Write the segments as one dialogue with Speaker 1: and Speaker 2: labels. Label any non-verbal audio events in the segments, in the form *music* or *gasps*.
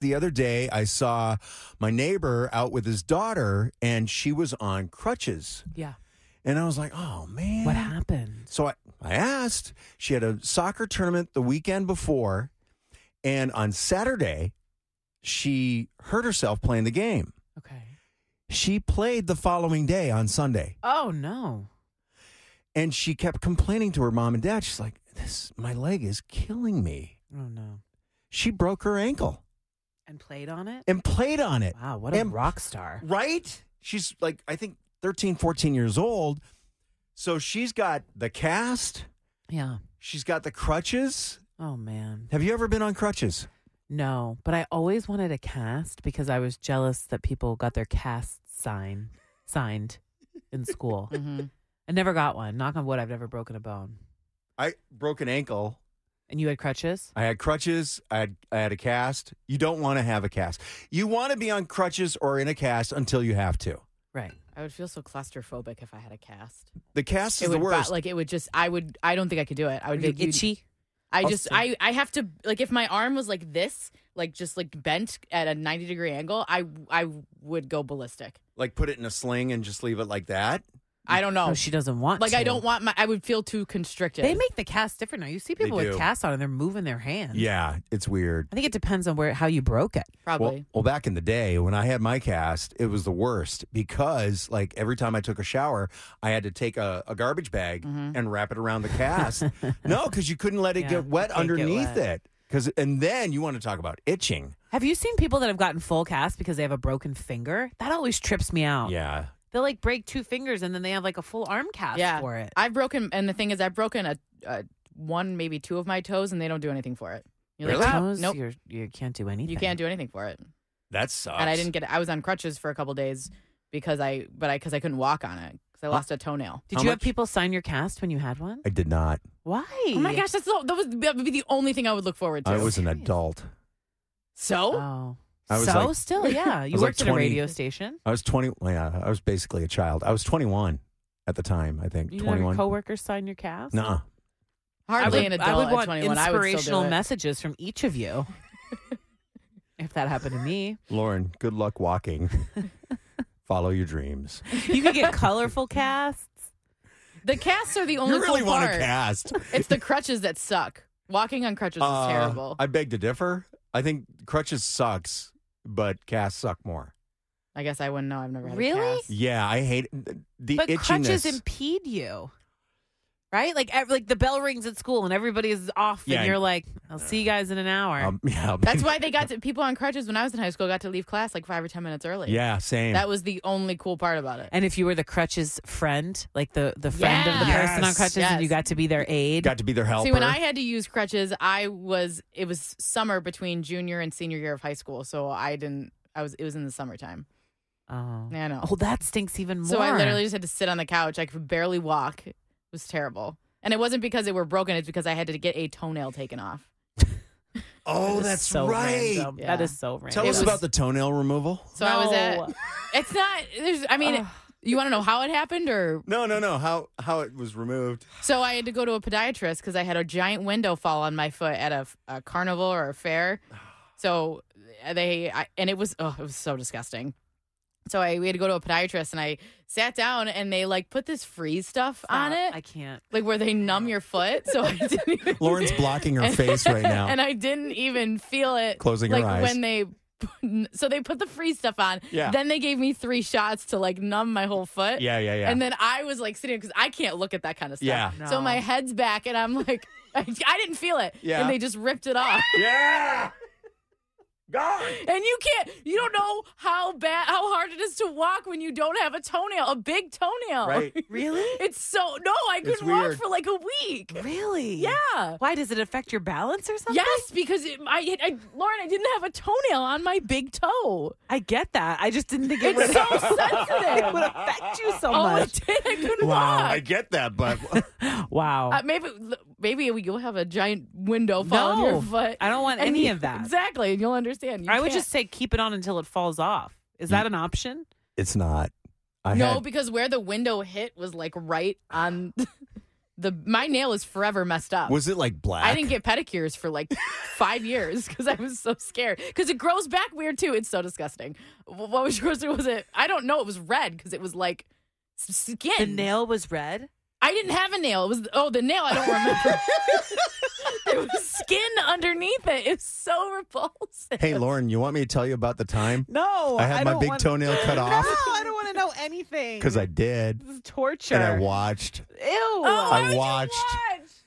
Speaker 1: the other day I saw my neighbor out with his daughter and she was on crutches.
Speaker 2: Yeah.
Speaker 1: And I was like, oh man.
Speaker 2: What happened?
Speaker 1: So I, I asked. She had a soccer tournament the weekend before. And on Saturday, she hurt herself playing the game.
Speaker 2: Okay.
Speaker 1: She played the following day on Sunday.
Speaker 2: Oh no.
Speaker 1: And she kept complaining to her mom and dad. She's like, this, my leg is killing me.
Speaker 2: Oh no.
Speaker 1: She broke her ankle
Speaker 2: And played on it?
Speaker 1: and played on it.
Speaker 2: Wow, what a
Speaker 1: And-
Speaker 2: rock star.
Speaker 1: Right? She's like, I think 13, 14 years old. So she's got the cast,
Speaker 2: Yeah.
Speaker 1: she's got the crutches.
Speaker 2: Oh man.
Speaker 1: Have you ever been on crutches?
Speaker 2: No, but I always wanted a cast because I was jealous that people got their cast sign signed in school. *laughs* I never got one. Knock on wood, I've never broken a bone.
Speaker 1: I broke an ankle.
Speaker 2: And you had crutches?
Speaker 1: I had crutches. I had, I had a cast. You don't want to have a cast. You want to be on crutches or in a cast until you have to.
Speaker 2: Right.
Speaker 3: I would feel so claustrophobic if I had a cast.
Speaker 1: The cast is
Speaker 3: it
Speaker 1: the
Speaker 3: would
Speaker 1: worst.
Speaker 3: like it would just. I would. I don't think I could do
Speaker 1: Oh,
Speaker 3: it. I would
Speaker 2: Are you
Speaker 3: be like, you-
Speaker 2: itchy?
Speaker 3: I just.
Speaker 2: Also-
Speaker 3: I. I have to. Like if my arm was like this, like just like bent at a ninety degree angle, I. I would go ballistic.
Speaker 1: like put it in a sling and just leave it like that.
Speaker 3: I don't know.
Speaker 2: Oh, she doesn't want
Speaker 3: like I
Speaker 2: to.
Speaker 3: don't want my. I would feel too constricted.
Speaker 2: They make the cast different now. You see people
Speaker 1: They
Speaker 2: with
Speaker 1: do.
Speaker 2: casts on and they're moving their hands.
Speaker 1: Yeah, it's weird.
Speaker 2: I think it depends on where how you broke it.
Speaker 3: probably.
Speaker 1: Well, well, back in the day when I had my cast, it was the worst because, like, every time I took a shower, I had to take a, a garbage bag and wrap it around the cast. no, because you couldn't let it
Speaker 2: Yeah,
Speaker 1: get
Speaker 2: you
Speaker 1: wet
Speaker 2: can't get
Speaker 1: underneath
Speaker 2: wet.
Speaker 1: it. Because, and then you want to talk about itching.
Speaker 2: Have you seen people that have gotten full cast because they have a broken finger? That always trips me out.
Speaker 1: Yeah,
Speaker 2: They'll like break two fingers and then they have like a full arm cast
Speaker 3: yeah.
Speaker 2: for it.
Speaker 3: I've broken, and the thing is, I've broken a, a one, maybe two of my toes, and they don't do anything for it. You're
Speaker 1: Really?
Speaker 3: like, wow,
Speaker 2: Toes,
Speaker 3: Ah, nope.
Speaker 2: you're, you can't do anything.
Speaker 3: You can't do anything for it.
Speaker 1: that sucks.
Speaker 3: and I didn't get. I was on crutches for a couple days because I, but I because I couldn't walk on it because I lost a toenail.
Speaker 2: Did
Speaker 1: How
Speaker 2: you have
Speaker 1: much?
Speaker 2: people sign your cast when you had one?
Speaker 1: I did not.
Speaker 2: Why?
Speaker 3: Oh my gosh, that's the, that was that would be the only thing I would look forward to.
Speaker 1: I was an
Speaker 2: Serious.
Speaker 1: adult.
Speaker 3: so
Speaker 2: Oh.
Speaker 1: I was
Speaker 2: so
Speaker 1: like-
Speaker 2: still,
Speaker 1: *laughs*
Speaker 2: yeah. You
Speaker 1: was like
Speaker 2: worked at a
Speaker 1: 20.
Speaker 2: radio station.
Speaker 1: I was twenty. well, Yeah, I was basically a child. I was twenty-one at the time. I think
Speaker 2: You didn't have your
Speaker 1: twenty-one.
Speaker 2: coworkers sign your cast.
Speaker 1: Nuh-uh.
Speaker 2: I
Speaker 3: hardly
Speaker 2: would,
Speaker 3: an
Speaker 2: I
Speaker 3: adult
Speaker 2: would
Speaker 3: at
Speaker 2: want
Speaker 3: 21. I would still
Speaker 2: inspirational
Speaker 3: do it.
Speaker 2: messages from each of
Speaker 3: *laughs*
Speaker 2: you. if that happened to me,
Speaker 1: Lauren, good luck walking. Follow your dreams.
Speaker 2: you could
Speaker 3: *laughs*
Speaker 2: get colorful casts.
Speaker 3: The casts are the only
Speaker 1: you really
Speaker 3: cool
Speaker 1: want
Speaker 3: part.
Speaker 1: to cast.
Speaker 3: It's the crutches that suck. Walking on crutches
Speaker 1: Uh,
Speaker 3: is terrible. I,
Speaker 1: I beg to differ. I think crutches sucks, but casts suck more.
Speaker 3: guess I wouldn't know. I've never had
Speaker 2: Really?
Speaker 3: A cast.
Speaker 1: Yeah, I hate the
Speaker 2: but
Speaker 1: itchiness.
Speaker 2: crutches impede you, right? Like, ev- like the bell rings at school and everybody is off,
Speaker 1: Yeah,
Speaker 2: and you're like, "I'll see you guys in an hour."
Speaker 1: Um, *laughs* yeah,
Speaker 3: That's why they got to, people on crutches when I was in high school got to leave class like five or ten minutes early.
Speaker 1: yeah, same.
Speaker 3: that was the only cool part about it.
Speaker 2: and if you were the crutches friend, like the the friend of the
Speaker 3: Yes.
Speaker 2: person on crutches, and
Speaker 3: Yes.
Speaker 2: you got to be their aid,
Speaker 1: got to be their helper.
Speaker 3: See, when I had to use crutches, I was it was summer between junior and senior year of high school, so I didn't. I was it was in the summertime.
Speaker 2: oh,
Speaker 3: Yeah, I know.
Speaker 2: oh, that stinks even more.
Speaker 3: so I literally just had to sit on the couch. I could barely walk. It was terrible, and it wasn't because they were broken. It's because I had to get a toenail taken off.
Speaker 1: oh,
Speaker 2: That is
Speaker 1: that's
Speaker 2: so
Speaker 1: right.
Speaker 2: random.
Speaker 3: Yeah.
Speaker 2: That is so random.
Speaker 1: Tell
Speaker 3: It
Speaker 1: us
Speaker 3: was-
Speaker 1: about the toenail removal.
Speaker 3: So I was
Speaker 2: No.
Speaker 3: at. It's not. There's. I mean, you want to know how it happened, or
Speaker 1: No, no, no. How how it was removed?
Speaker 3: so I had to go to a podiatrist because I had a giant window fall on my foot at a, a carnival or
Speaker 2: *sighs*
Speaker 3: a fair. So uh, they I, and it was oh it was so disgusting. So I we had to go to a podiatrist and I sat down and they like put this freeze stuff on
Speaker 2: Stop.
Speaker 3: it
Speaker 2: I can't.
Speaker 3: like where they numb your foot. So
Speaker 2: *laughs*
Speaker 3: I didn't even
Speaker 1: *laughs* Lauren's blocking her face right now.
Speaker 3: *laughs* and I didn't even feel it.
Speaker 1: Closing her
Speaker 3: like
Speaker 1: eyes.
Speaker 3: when they. So they put the free stuff on.
Speaker 1: Yeah.
Speaker 3: Then they gave me three shots to like numb my whole foot.
Speaker 1: yeah, yeah, yeah.
Speaker 3: And then I was like sitting because I can't look at that kind of stuff.
Speaker 1: Yeah.
Speaker 2: No.
Speaker 3: So my head's back and I'm like, *laughs* I, I didn't feel it.
Speaker 1: Yeah.
Speaker 3: And they just ripped it
Speaker 2: *laughs*
Speaker 3: off.
Speaker 1: yeah. *laughs* God.
Speaker 3: And you can't, you don't know how bad, how hard it is to walk when you don't have a toenail, a big toenail.
Speaker 1: Right.
Speaker 2: Really?
Speaker 3: *laughs* It's so, no, I
Speaker 1: It's
Speaker 3: couldn't walk
Speaker 1: weird.
Speaker 3: for like a week.
Speaker 2: Really?
Speaker 3: Yeah.
Speaker 2: Why does it affect your balance or something?
Speaker 3: Yes, because it, I, I, Lauren, I didn't have a toenail on my big
Speaker 1: *laughs*
Speaker 3: toe.
Speaker 2: I get that. I just didn't think it would,
Speaker 3: It's so sensitive.
Speaker 2: *laughs* it would affect you so
Speaker 3: oh,
Speaker 2: much.
Speaker 3: it did. I couldn't
Speaker 2: Wow.
Speaker 3: walk.
Speaker 1: I get that, but
Speaker 2: wow.
Speaker 3: Uh, maybe maybe we will have a giant window fall on
Speaker 2: No.
Speaker 3: your foot.
Speaker 2: I *laughs* don't want
Speaker 3: And
Speaker 2: any
Speaker 3: you-
Speaker 2: of that.
Speaker 3: Exactly, and you'll understand. You
Speaker 2: I would
Speaker 3: can't-
Speaker 2: just say keep it on until it falls off. Is
Speaker 1: Mm.
Speaker 2: that an option?
Speaker 1: *laughs* it's not. I
Speaker 3: no
Speaker 1: had
Speaker 3: because where the window hit was like right on *laughs* the my nail is forever messed up.
Speaker 1: Was it like black?
Speaker 3: I didn't get pedicures for like five years *laughs* because I was so scared. Because it grows back weird too. It's so disgusting. Wh- What was yours? Was it? I don't know. It was red because it was like s- skin.
Speaker 4: The nail was red.
Speaker 3: I didn't have a nail. It was oh the nail. I don't remember. *laughs* there was skin underneath it. It's so repulsive.
Speaker 1: Hey, Lauren, you want me to tell you about the
Speaker 2: *laughs*
Speaker 1: time
Speaker 5: No,
Speaker 1: I had my
Speaker 5: don't
Speaker 1: big
Speaker 5: want-
Speaker 1: toenail
Speaker 2: *gasps*
Speaker 1: cut
Speaker 5: No,
Speaker 1: off?
Speaker 5: I don't want to know anything.
Speaker 1: Because I did.
Speaker 5: this is torture.
Speaker 1: And I watched.
Speaker 5: Ew.
Speaker 1: I watched.
Speaker 2: *sighs*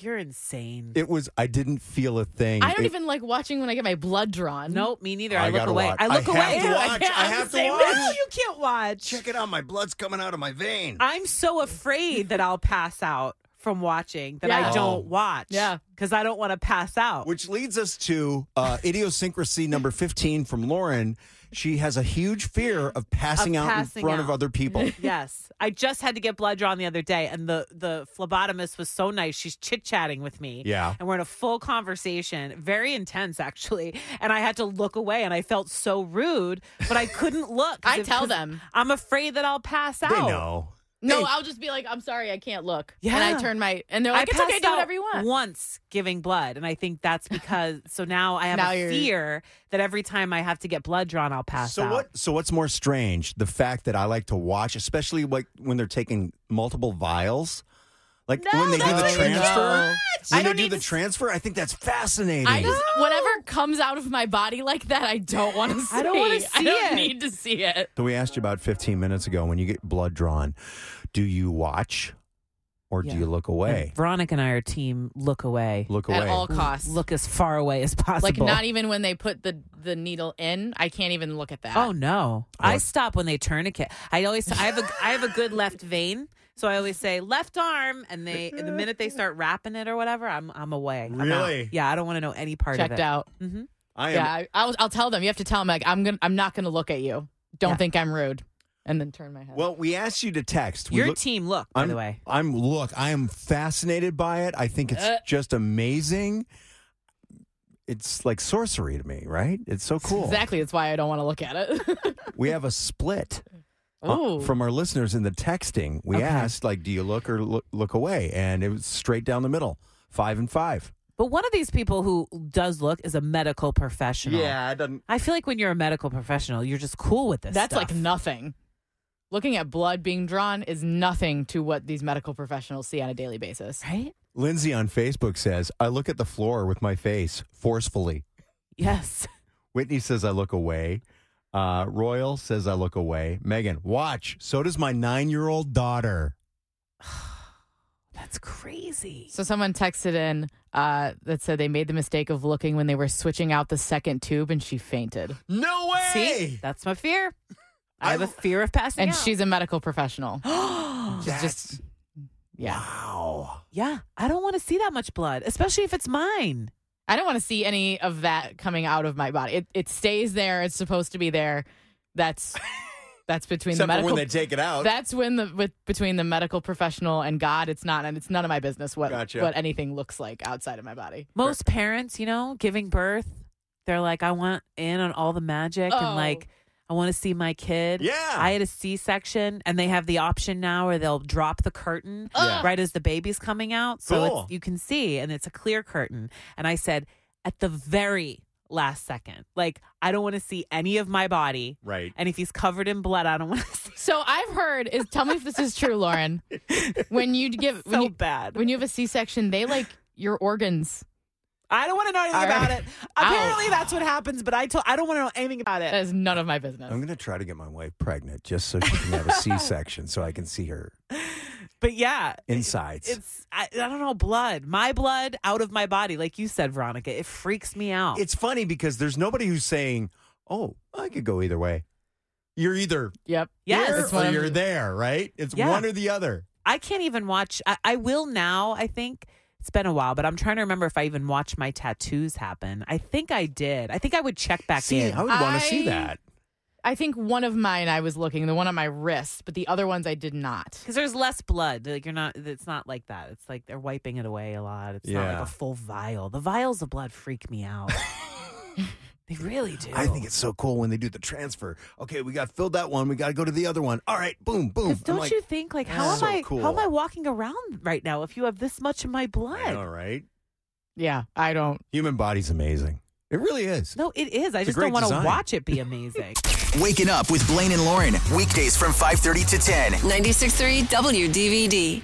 Speaker 2: You're insane.
Speaker 1: It was, I didn't feel a thing.
Speaker 3: I don't
Speaker 1: It-
Speaker 3: even like watching when I get my blood drawn.
Speaker 2: nope, me neither.
Speaker 1: I,
Speaker 2: I, look
Speaker 1: gotta
Speaker 2: away.
Speaker 1: watch.
Speaker 2: *laughs* I look away.
Speaker 1: have to
Speaker 3: Ew, I
Speaker 1: watch.
Speaker 3: can't.
Speaker 1: I
Speaker 3: I'm
Speaker 1: have
Speaker 3: the
Speaker 1: to
Speaker 3: same
Speaker 5: No,
Speaker 1: watch.
Speaker 5: you can't watch.
Speaker 1: Check it out. My blood's coming out of my vein.
Speaker 5: I'm so afraid that I'll pass out from watching that
Speaker 3: Yeah.
Speaker 5: I
Speaker 1: Oh.
Speaker 5: don't watch.
Speaker 3: Yeah.
Speaker 5: Because I don't want to pass out.
Speaker 1: Which leads us to uh, idiosyncrasy number 15 from Lauren. She has a huge fear of passing out
Speaker 5: passing
Speaker 1: in front of
Speaker 5: out.
Speaker 1: other people.
Speaker 5: yes. I just had to get blood drawn the other day, and the, the phlebotomist was so nice. She's chit chatting with me.
Speaker 1: Yeah.
Speaker 5: And we're in a full conversation, very intense, actually. And I had to look away, and I felt so rude, but I couldn't look. 'cause
Speaker 3: *laughs* I
Speaker 5: if-
Speaker 3: tell
Speaker 5: 'cause
Speaker 3: them.
Speaker 5: I'm afraid that I'll pass out.
Speaker 1: They know.
Speaker 3: No,
Speaker 1: Hey.
Speaker 3: I'll just be like, I'm sorry, I can't look.
Speaker 5: Yeah.
Speaker 3: And I turn my and they're like, it's okay,
Speaker 5: passed
Speaker 3: do
Speaker 5: out
Speaker 3: whatever you want.
Speaker 5: Once giving blood, and I think that's because so now I have
Speaker 3: Now
Speaker 5: a
Speaker 3: you're-
Speaker 5: fear that every time I have to get blood drawn, I'll pass
Speaker 1: So
Speaker 5: out.
Speaker 1: what? So what's more strange? The fact that I like to watch, especially like when they're taking multiple vials, like when they do
Speaker 3: that's
Speaker 1: the
Speaker 3: what you
Speaker 1: transfer.
Speaker 3: I
Speaker 1: When they
Speaker 3: don't
Speaker 1: do
Speaker 3: need
Speaker 1: the
Speaker 3: to s-
Speaker 1: transfer, I think that's fascinating.
Speaker 3: I just whatever comes out of my body like that, I don't want to see.
Speaker 5: I don't wanna
Speaker 3: *laughs* I
Speaker 5: see
Speaker 3: don't
Speaker 5: it.
Speaker 3: need to see it.
Speaker 1: so we asked you about 15 minutes ago when you get blood drawn, do you watch or
Speaker 2: Yeah.
Speaker 1: do you look
Speaker 2: And
Speaker 1: away?
Speaker 2: Veronica and I are team look away.
Speaker 1: Look
Speaker 3: At
Speaker 1: away.
Speaker 3: all costs.
Speaker 2: Look as far away as possible.
Speaker 3: like not even when they put the the needle in, I can't even look at that.
Speaker 2: Oh no!
Speaker 1: Oh.
Speaker 2: I stop when they tourniquet. I always I have a I have a good left vein, so I always say left arm, and they the minute they start wrapping it or whatever, I'm I'm away. I'm out.
Speaker 1: Really?
Speaker 2: Yeah, I don't want to know any part
Speaker 3: checked
Speaker 2: of it.
Speaker 3: out.
Speaker 2: hmm
Speaker 1: I am
Speaker 3: Yeah, I, I'll I'll tell them. You have to tell them like I'm gonna I'm not gonna look at you. Don't
Speaker 2: Yeah.
Speaker 3: think I'm rude. And then turn my head.
Speaker 1: Well, we asked you to text. We
Speaker 2: Your
Speaker 1: look-
Speaker 2: team look by
Speaker 1: I'm,
Speaker 2: the way.
Speaker 1: I'm look. I am fascinated by it. I think it's
Speaker 3: Uh.
Speaker 1: just amazing. It's like sorcery to me, right? It's so cool.
Speaker 3: Exactly. That's why I don't want to look at it. *laughs*
Speaker 1: We have a split uh,
Speaker 3: oh,
Speaker 1: from our listeners in the texting. We
Speaker 2: Okay.
Speaker 1: asked, like, do you look or look, look away? And it was straight down the middle, five and five.
Speaker 2: But one of these people who does look is a medical professional.
Speaker 1: it doesn't.
Speaker 2: I feel like when you're a medical professional, you're just cool with this.
Speaker 3: that's
Speaker 2: stuff.
Speaker 3: like nothing. Looking at blood being drawn is nothing to what these medical professionals see on a daily basis.
Speaker 2: right?
Speaker 1: Lindsay on Facebook says, I look at the floor with my face forcefully.
Speaker 2: Yes.
Speaker 1: Whitney says, I look away. Uh, Royal says, I look away. Megan, watch. So does my nine year old daughter.
Speaker 2: That's crazy.
Speaker 3: So someone texted in uh, that said they made the mistake of looking when they were switching out the second tube, and she fainted.
Speaker 1: No
Speaker 2: See, that's my fear. I have a
Speaker 1: I'm-
Speaker 2: fear of passing
Speaker 3: And
Speaker 2: out.
Speaker 3: she's a medical professional.
Speaker 2: *gasps* she's
Speaker 1: That's,
Speaker 3: Yeah,
Speaker 1: Wow.
Speaker 2: Yeah, I don't want to see that much blood, especially if it's mine.
Speaker 3: I don't want to see any of that coming out of my body. It it stays there. It's supposed to be there.
Speaker 1: *laughs*
Speaker 3: That's that's between
Speaker 1: Except
Speaker 3: the
Speaker 1: for
Speaker 3: medical.
Speaker 1: when they take it out.
Speaker 3: that's when the with between the medical professional and God, it's not, and it's none of my business what
Speaker 1: Gotcha.
Speaker 3: what anything looks like outside of my body.
Speaker 2: Most parents, you know, giving birth, they're like, I want in on all the magic
Speaker 3: Oh.
Speaker 2: and like, I want to see my kid.
Speaker 1: yeah.
Speaker 2: I had a C section, and they have the option now where they'll drop the curtain
Speaker 1: Yeah.
Speaker 3: Oh.
Speaker 2: right as the baby's coming out. So
Speaker 1: Cool.
Speaker 2: it's, you can see, and it's a clear curtain. And I said, at the very last second, like, I don't want to see any of my body.
Speaker 1: right.
Speaker 2: And if he's covered in blood, I don't want to *laughs* see
Speaker 3: So I've heard is tell me if this is true, Lauren. When you give when
Speaker 2: so
Speaker 3: you,
Speaker 2: bad.
Speaker 3: when you have a C section, they like your organs.
Speaker 5: I don't want to know anything
Speaker 3: All right.
Speaker 5: about
Speaker 1: *laughs*
Speaker 5: it.
Speaker 1: Oh.
Speaker 5: Apparently, that's what happens, but I told I don't want to know anything about it.
Speaker 3: That is none of my business.
Speaker 1: I'm going to try to get my wife pregnant just so she can have a C section so I can see *laughs* her
Speaker 5: But yeah,
Speaker 1: insides. It's,
Speaker 2: It's I, I don't know blood, my blood out of my body, like you said, Veronica. It freaks me
Speaker 1: Oh.
Speaker 2: out.
Speaker 1: funny because there's nobody who's saying, oh, I could go either way. You're either
Speaker 3: yep.
Speaker 2: Yes.
Speaker 1: here
Speaker 3: That's what
Speaker 1: or
Speaker 3: I'm-
Speaker 1: you're there, right? It's
Speaker 2: Yeah.
Speaker 1: one or the other.
Speaker 2: I can't even watch. I, I will now. I think it's been a while, but I'm trying to remember if I even watched my tattoos happen. I think I did. I think I would check back
Speaker 1: see,
Speaker 2: in.
Speaker 1: I would want
Speaker 3: I-
Speaker 1: to see that.
Speaker 3: I think one of mine I was looking, the one on my wrist, but the other ones I did not.
Speaker 2: because there's less blood. Like you're not. It's not like that. It's like they're wiping it away a lot. It's not
Speaker 1: Yeah. *laughs*
Speaker 2: like a full vial. The vials of blood freak me out. They really do.
Speaker 1: I think it's so cool when they do the transfer. Okay, we got filled that one. We got to go to the other one. All right, boom, boom.
Speaker 2: Don't you think like how am
Speaker 1: so
Speaker 2: I
Speaker 1: cool.
Speaker 2: how am I walking around right now if you have this much in my blood?
Speaker 1: All right.
Speaker 3: Yeah, I don't.
Speaker 1: Human body's amazing. It really is.
Speaker 2: No, it is. I
Speaker 1: a
Speaker 2: just don't
Speaker 1: great
Speaker 2: want to
Speaker 1: design.
Speaker 2: watch it be amazing.
Speaker 4: Waking up with Blaine and Lauren. Weekdays from 5:30 to 10.
Speaker 6: 963 WDVD.